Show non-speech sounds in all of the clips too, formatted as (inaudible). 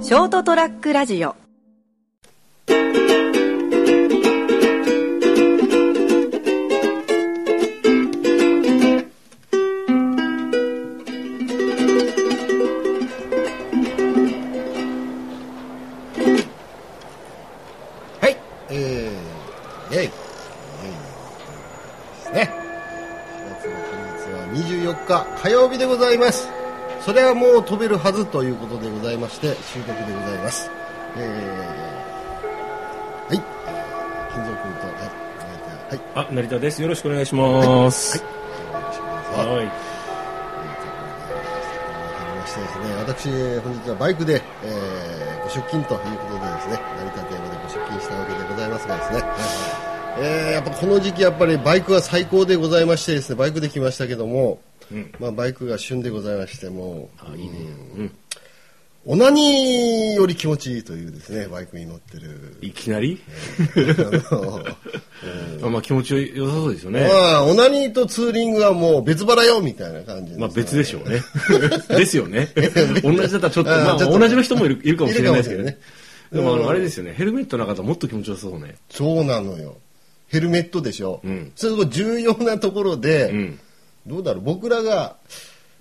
ショートトラックラジオはい、えー、ね、はい、ね、4月の今月は24日火曜日でございます。それはもう飛べるはずということでございまして、収録でございます。えー、はい、えー金蔵君と、はい、はい、あ、成田です。よろしくお願いします。お願いします。はい、はい。入りましてですね、私、本日はバイクで、えー、ご出勤ということでですね、成田邸までご出勤したわけでございますがですね、えーやっぱこの時期やっぱりバイクが最高でございましてですね、バイクで来ましたけども、うんまあバイクが旬でございましてもう、いいね。うん。オナニーより気持ちいいというですね、バイクに乗ってる。いきなり、あのあまあ気持ちよさそうですよね。まあ、オナニーとツーリングはもう別腹よみたいな感じですねまあ別でしょうね。 (laughs) ですよ (laughs) ね。同じだったらちょっと、あーまあちょっと同じの人もいるいるかもしれないですけどいるねか。でもあの、あれですよね。ヘルメットなかったらもっと気持ちよさそうね。そうなのよ。ヘルメットでしょ。うんそれも重要なところで、うんどうだろう、僕らが、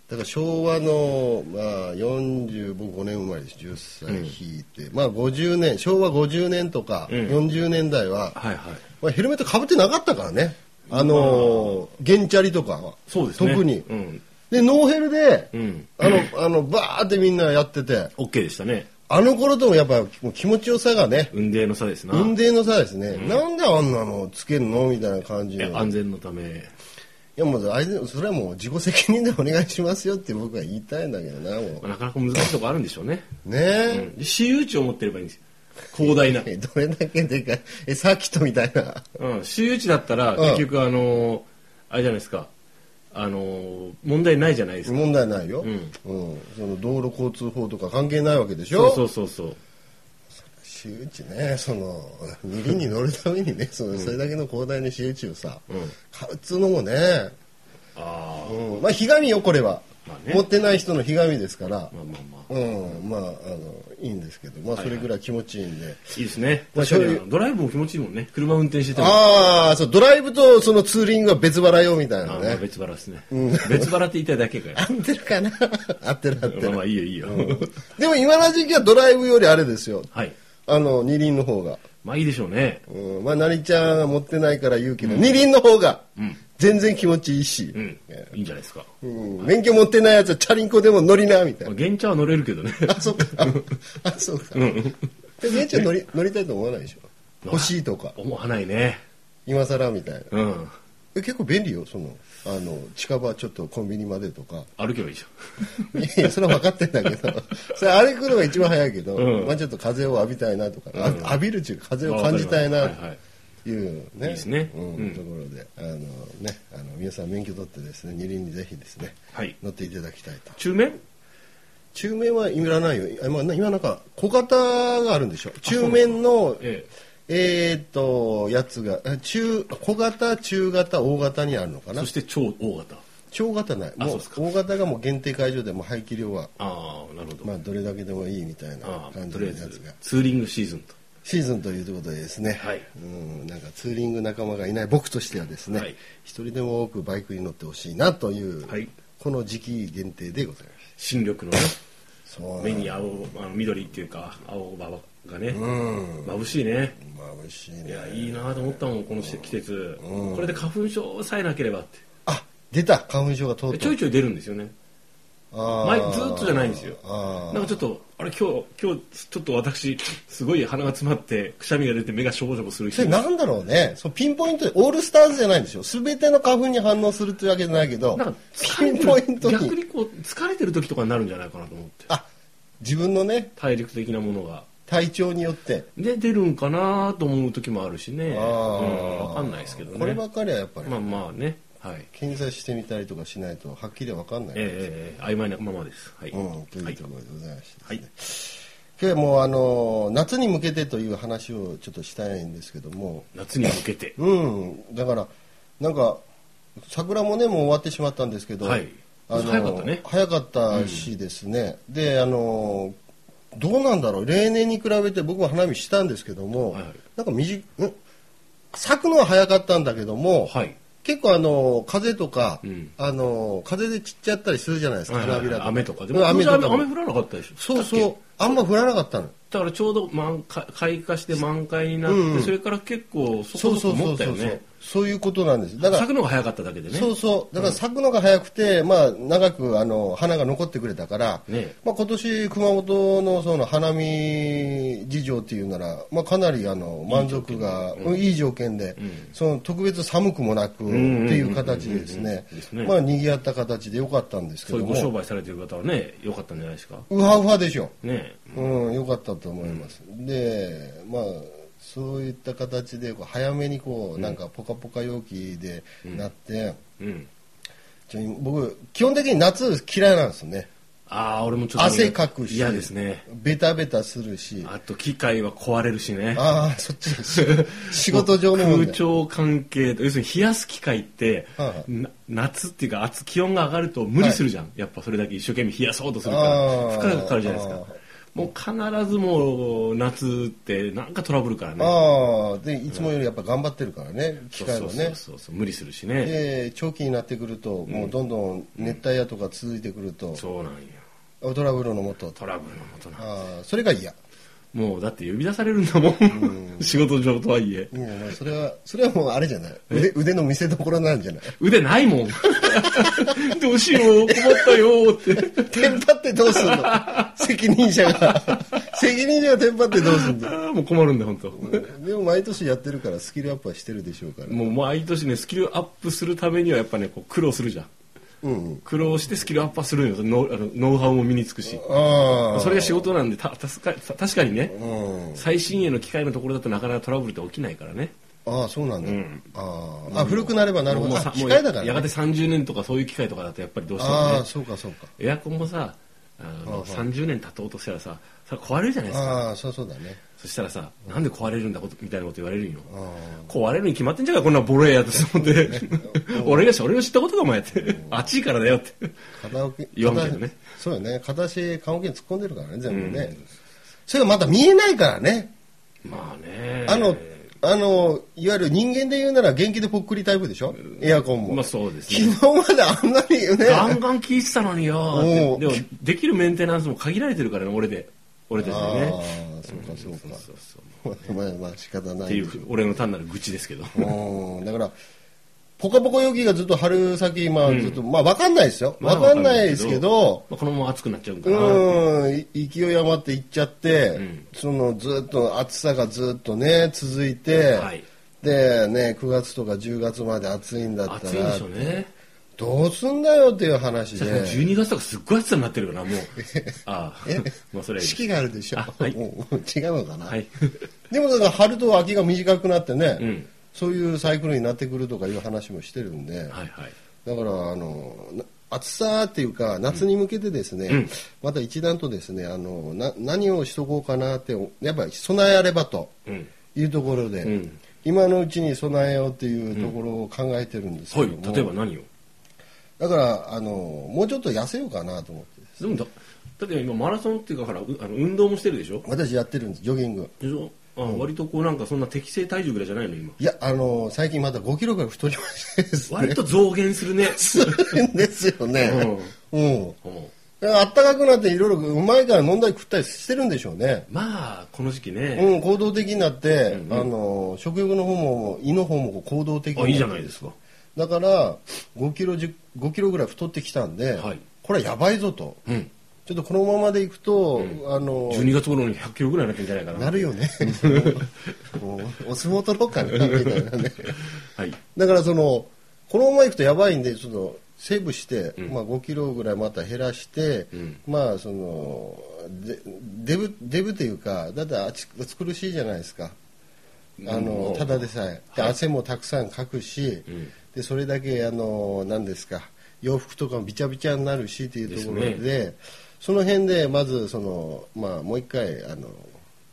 だから昭和の、まあ、45年生まれです、10歳引いて、まあ50年、昭和50年とかうん40年代は、はいはい。まあ、ヘルメットかぶってなかったからね、あのー、原チャリとかは、そうですね。特に。うん。で、ノーヘルで、うんあの、あの、バーってみんなやってて、オッケーでしたね。あの頃ともやっぱもう気持ちよさがね、運泥の差ですな。運転の差ですね、なんであんなのつけるのみたいな感じいのや安全のため。いやもうあいつそれはもう自己責任でお願いしますよって僕は言いたいんだけどなもうまあなかなか難しいとこあるんでしょうね。ねうえ、ん。で私有地を持ってればいいんですよ。広大な。え (laughs) どれだけでかいえさっきとみたいなうん、私有地だったら、ん結局、あのーあれじゃないですか、あのー問題ないじゃないですか。問題ないよ、うんうんその道路交通法とか関係ないわけでしそょうそうそうそう。私有地ねその二輪に乗るためにねそのそれだけの広大な私有地をさ、うん買うっつうのもね、ああ、うん、まあひがみよこれは、まあね持ってない人のひがみですから、まあまあまあ。うん、まああのいいんですけど、まあ、それぐらい気持ちいいんで、いいですね。まあ確かにそういあうの、ドライブも気持ちいいもんね。車運転してても。ああそうドライブとそのツーリングは別腹よみたいあなーまあ、ね別腹ですね。別腹って言いたいだ (laughs) けかよ。合ってるかな合ってる合ってまある、まあ、いいよいいよ。でも今の時期はドライブよりあれですよはい。あの二輪の方が、まあいいでしょうね。うん、まあなりちゃんが持ってないから言うけど、二輪の方がん全然気持ちいいし、うん。いいんじゃないですか。うん免許持ってないやつはチャリンコでも乗りなみたいまあ、な現茶は乗れるけどね。 (laughs) あそうかあそうか、で現地は乗り乗りたいと思わないでしょ欲しいとか思わないね。今更みたいなうん。え結構便利よそのあの近場ちょっとコンビニまでとか (laughs) 歩けばいいじいやいやそれは分かってんだけど (laughs) それあれ来るのが一番早いけど、うんまあ、ちょっと風を浴びたいなとか、あうん浴びるっていうか風ゃん。を感じたいなはいはい。というねいいですねうんうんところであの、ね、あの皆さん免許取ってですね二輪にぜひですね、はい乗っていただきたいと中面中面はいらないよあ、まあ、今なんか小型があるんでしょ中面のえええーっとやつがえ中小型中型大型にあるのかなそして超大型。小型ないあもそううですか大型がもう限定会場でもう排気量は、ああ、なるほど。まあ、どれだけでもいいみたいなああ感じとのりあやえつずがツーリングシーズンと、シーズンということでですね、はいうんなんかツーリング仲間がいない僕としてはですね、はい一人でも多くバイクに乗ってほしいなという、はいこの時期限定でございま新緑のねすそう目に青あの緑っていうか青葉がね眩しいねまぶしいいやねいいなと思ったもんこの季節これで花粉症さえなければってあ出た花粉症がとうでとちょいうちょい出るんですよね前ずーっとじゃないんですよあーなんかちょっとあれ今日今日ちょっと私すごい鼻が詰まってくしゃみが出て目がしょぼしょぼするそ日れなんだろうねそうピンポイントでオールスターズじゃないんですよ全ての花粉に反応するというわけじゃないけどなんか疲ピれンてポイントるに逆にこう疲れてる時とかになるんじゃないかなと思ってあ自分のね体力的なものが体調によって、で出るんかなと思う時もあるしねあうんわかんないですけどねこればっかりはやっぱり、まあまあね、はい。検査してみたりとかしないとはっきりは分かんない、ええええ曖昧なままです。はい。うん、とはいういと。ころでございまして、はい。今日はもうあの夏に向けてという話をちょっとしたいんですけども夏に向けて。うんだからなんか桜もねもう終わってしまったんですけど、はいあの早かったね早かったしですね、であのどうなんだろう例年に比べて僕も花見したんですけども、はいはいなんか短ん咲くのは早かったんだけども、はい結構あの風とか、うんあの風で散っちゃったりするじゃないですか、花びらとか雨とかでうもん雨雨とかも雨降らなかったでしょそうだっそうけあんま降らなかったのだからちょうど満開開花して満開になっうんうてんそれから結構そそこうそそうこそ持うそったうよそうねそういうことなんですだから咲くのが早かっただけでねそうそうだから咲くのが早くて、まあ、長くあの花が残ってくれたから、ねまあ、今年熊本のその花見事情っていうなら、まあ、かなりあの満足がうんいい条件で、その特別寒くもなくっていう形でですねですねまあ賑やった形でよかったんですけそういどうご商も売されてる方はね良かったんじゃないですかうはうはでしょねうん、良かったと思います。で、まあ、そういった形で、こう早めにこう、なんかポカポカ陽気でなって、うんちょ僕、基本的に夏嫌いなんですよね。ああ俺もちょっと汗かくし、嫌ですねベタベタするし、あと機械は壊れるしねああ、そっち、仕事上の問題空調関係要するに冷やす機械って、はいはいな夏っていうか暑気温が上がると無理するじゃん、やっぱそれだけ一生懸命冷やそうとするかあらー負荷がかかるじゃないですかもう必ずもう夏ってなんかトラブルからねああ、で、いつもよりやっぱ頑張ってるからね、機械もそうそねう。そうそう無理するしねで、長期になってくると、もうどんどん熱帯夜とか続いてくると、そうなんよトラブルのもと、トラブルのもとなああ、それが嫌。もうだって呼び出されるんだもん、仕事上とはいえもうまあそれ (laughs) は、それはもうあれじゃない腕腕の見せ所なんじゃない腕ないもん (laughs) どうしよう困ったよって (laughs) テンパってどうすんの責任者が。責任者がテンパってどうすんのああもう困るんだ本当、でも毎年やってるからスキルアップはしてるでしょうから。もう毎年ねスキルアップするためにはやっぱねこう苦労するじゃんうんうん。苦労してスキルアップはするんよノウあのノウハウも身につくしああ。それが仕事なんでたたすかた確かにねうん。最新鋭の機械のところだとなかなかトラブルって起きないからねああ、そうなんだ。んあああ、古くなればなるほど。もうあさ機械だから、やがてね。 30年とかそういう機械とかだとやっぱりどうしてもあねあ、そうかそうか。エアコンもさあの30年経とうとしたらささ壊れるじゃないですかああ、そうそうだね。そしたらさなんで壊れるんだことみたいなこと言われるんよああ壊れるに決まってんじゃんかこんなボロいやつと思って (laughs) (laughs) 俺が俺の知ったことかお前って熱いからだよって片桶言わんけどね片足そうよね。片足、棺桶に突っ込んでるからね、全部ね。それがまだ見えないからね。まあねあの、あの、いわゆる人間で言うなら元気でぽっくりタイプでしょエアコンも。まあそうですね昨日まであんなにね。ガンガン聞いてたのによおうでもできるメンテナンスも限られてるからね俺で俺たちあにあね、そうかそうか。そうそうっ (laughs) まあまあ仕方なていいでうしょ俺の単なる愚痴ですけどうん。だから、ぽかぽか陽気がずっと春先、今ずっと、まあわかんないですよ。わかんないですけど、まあこのまま熱くなっちゃうかうらん、い勢い余っていっちゃって、んそのずっと暑さがずっとね、続いて、はいでね、9月とか10月まで暑いんだったら、暑いんでしょうねどうすんだよっていう話確かにで。 12月とかすっごい暑さになってるから (laughs) もうああ (laughs) まあそれはいい四季があるでしょ。あはいもう違うのかな。はい (laughs) でもだから春と秋が短くなってね、うんそういうサイクルになってくるとかいう話もしてるんで、はいはいだからあのな暑さっていうか夏に向けてですね、んまた一段とですねあのな何をしとこうかなってやっぱり備えあればとうんいうところで、うん今のうちに備えようっていうところを考えてるんですけはども、い例えば何をだからあのもうちょっと痩せようかなと思ってですでもだだって今マラソンっていうかほらうあの運動もしてるでしょ私やってるんですジョギングでしょあ割とこうなんかそんな適正体重ぐらいじゃないの今いやあの最近また5キロぐらい太りましてですね割と増減するねするんですよね。 (laughs) うん。うんあったかくなっていろいろうまいから飲んだり食ったりしてるんでしょうね。まあこの時期ね、うん、行動的になって、あの、食欲の方も胃の方もこう行動的にあいいじゃないですか。だから、5キロ、10 5キロぐらい太ってきたんで、はいこれはやばいぞと。うん、ちょっとこのままでいくと、あの、 12月頃に100キロぐらいになってんじゃないかななるよ (laughs) ね。もうお相撲取ろうかな、みたいなね。はいだからそのこのままいくとやばいんでそのセーブして、まあ、5キロぐらいまた減らして、んまあそのでデブデブというかだってあち暑苦しいじゃないですかあの、ただでさえで汗もたくさんかくし、んでそれだけあの何ですか洋服とかもびちゃびちゃになるしっていうところでですその辺でまずその、まあ、もう一回あの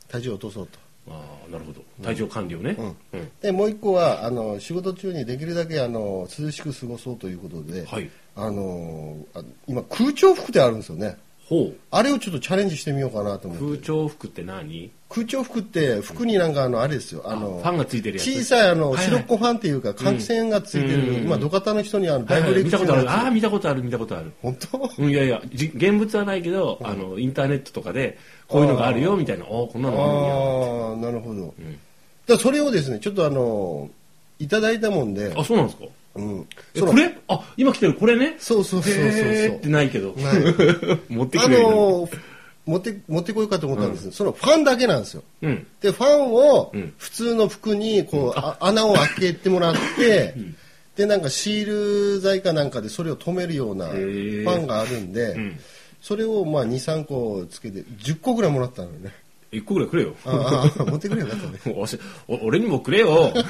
体重を落とそうと。ああなるほど体調管理をね、ううんんでもう一個はあの仕事中にできるだけあの涼しく過ごそうということで、はいあのあ今空調服ってあるんですよねほうあれをちょっとチャレンジしてみようかなと思って空調服って何空調服って服になんかあのあれですよあのファンがついてるやつ小さいあのはいはい白っこファンっていうか換気扇がついてる今土方の人にあのは大いはブレいイク見たことあるあある見たことある見たことある本当うん、いやいや、じ現物はないけど、あの、インターネットとかで、こういうのがあるよ、みたいな、おーこんなのああなるほど、だからそれをですねちょっとあのいただいたもんである、あ、そうなんですかうん、え、そのこれあ、今来てる、これね。そうそうそうそうそうへーってないけど。ない (laughs) 持ってあきてる。の持って持ってこようかと思ったんですけど、そのファンだけなんですようん。でファンをん普通の服にこう、あ穴を開けてもらって、でなんかシール剤かなんかでそれを止めるようなフーァンがあるんで、んそれをまあ23個つけて10個ぐらいもらったのよね一個ぐらいくれよ。あああ持ってくれよかったねおしお俺にもく (laughs) れよ。フ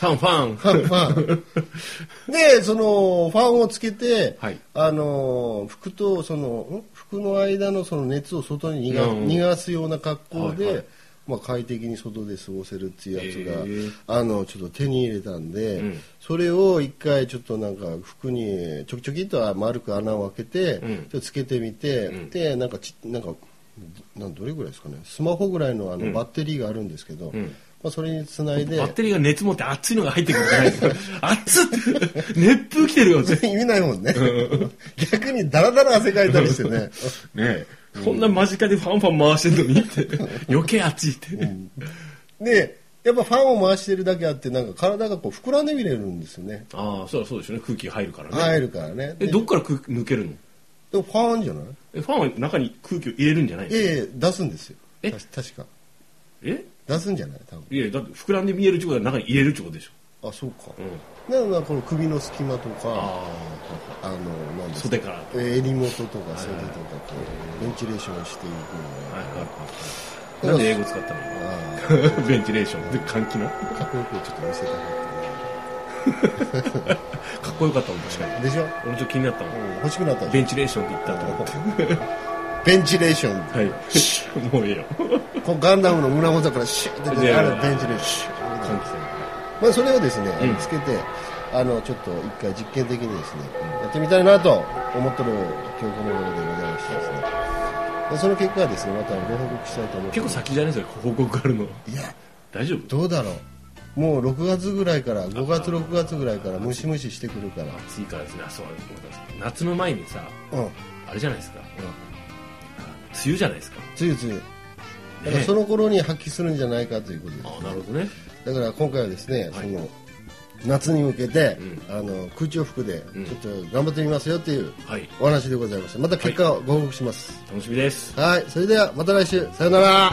ァンファン。ファンファンでそのファンをつけて、はいあの服とそのん服の間のその熱を外に逃が,、うん逃がすような格好で、はいはいまあ、快適に外で過ごせるっていうやつが、へーあのちょっと手に入れたんで、うんそれを一回ちょっとなんか服にちょきちょきっと丸く穴を開けて、うんちょっとつけてみて、んでなんかちなんかなんどれぐらいですかねスマホぐらいのあの、バッテリーがあるんですけど、んまあ、それにつないでバッテリーが熱持って熱いのが入ってくるんじゃないですか。熱っ熱風来てるよって。ね意味ないもんね。逆にダラダラ汗かいたりしてね。え。こんな間近でファンファン回してるのにって。余計熱いって。で、やっぱファンを回してるだけあって、なんか体がこう膨らんでみれるんですよね。ああ、そうだそうですよね。空気が入るからね。入るからね。え、でどっから空気抜けるのでもファンじゃないえファンは中に空気を入れるんじゃないいやいや、出すんですよ。えたし確か。え出すんじゃない多分。いやだって膨らんで見えるってことは中に入れるってことでしょ、あ、そうか。うん、なので、この首の隙間とか、ああの、なんです袖からえ襟元とか袖とか、こう、ベンチレーションしていくのあがはいはいはいなんで英語使ったの (laughs) あー今ベンチレーションで換気のかかっこよくちょっと見せたかっっこよかったもん確かにたな。でしょ俺ちょっと気になったもうんん欲しくなったでしょベンチレーションって言ったと思ってベンチレーショ (laughs) ン。はいもういいよこうガンダムの胸元からシューって出て、いやあいやれ電池でシューって換気扇まあ、それをですね、うんつけて、あの、ちょっと一回実験的にですね、やってみたいなと思ってる今日この頃でございましてですね。でその結果はですね、またご報告したいと思って (laughs) 結構先じゃないですか報告あるのいや、大丈夫どうだろう。もう6月ぐらいから、5月6月ぐらいからムシムシしてくるから。暑いからですねあそうごめんなさい夏の前にさうん。うん。あれじゃないですか梅雨じゃないですかつゆつゆ。だからその頃に発揮するんじゃないかということです。ああなるほどねだから今回はですね、はそいの夏に向けて、あの空調服でちょっと頑張ってみますよっていうはいお話でございましたまた結果をご報告します楽しみですはい、それではまた来週さよなら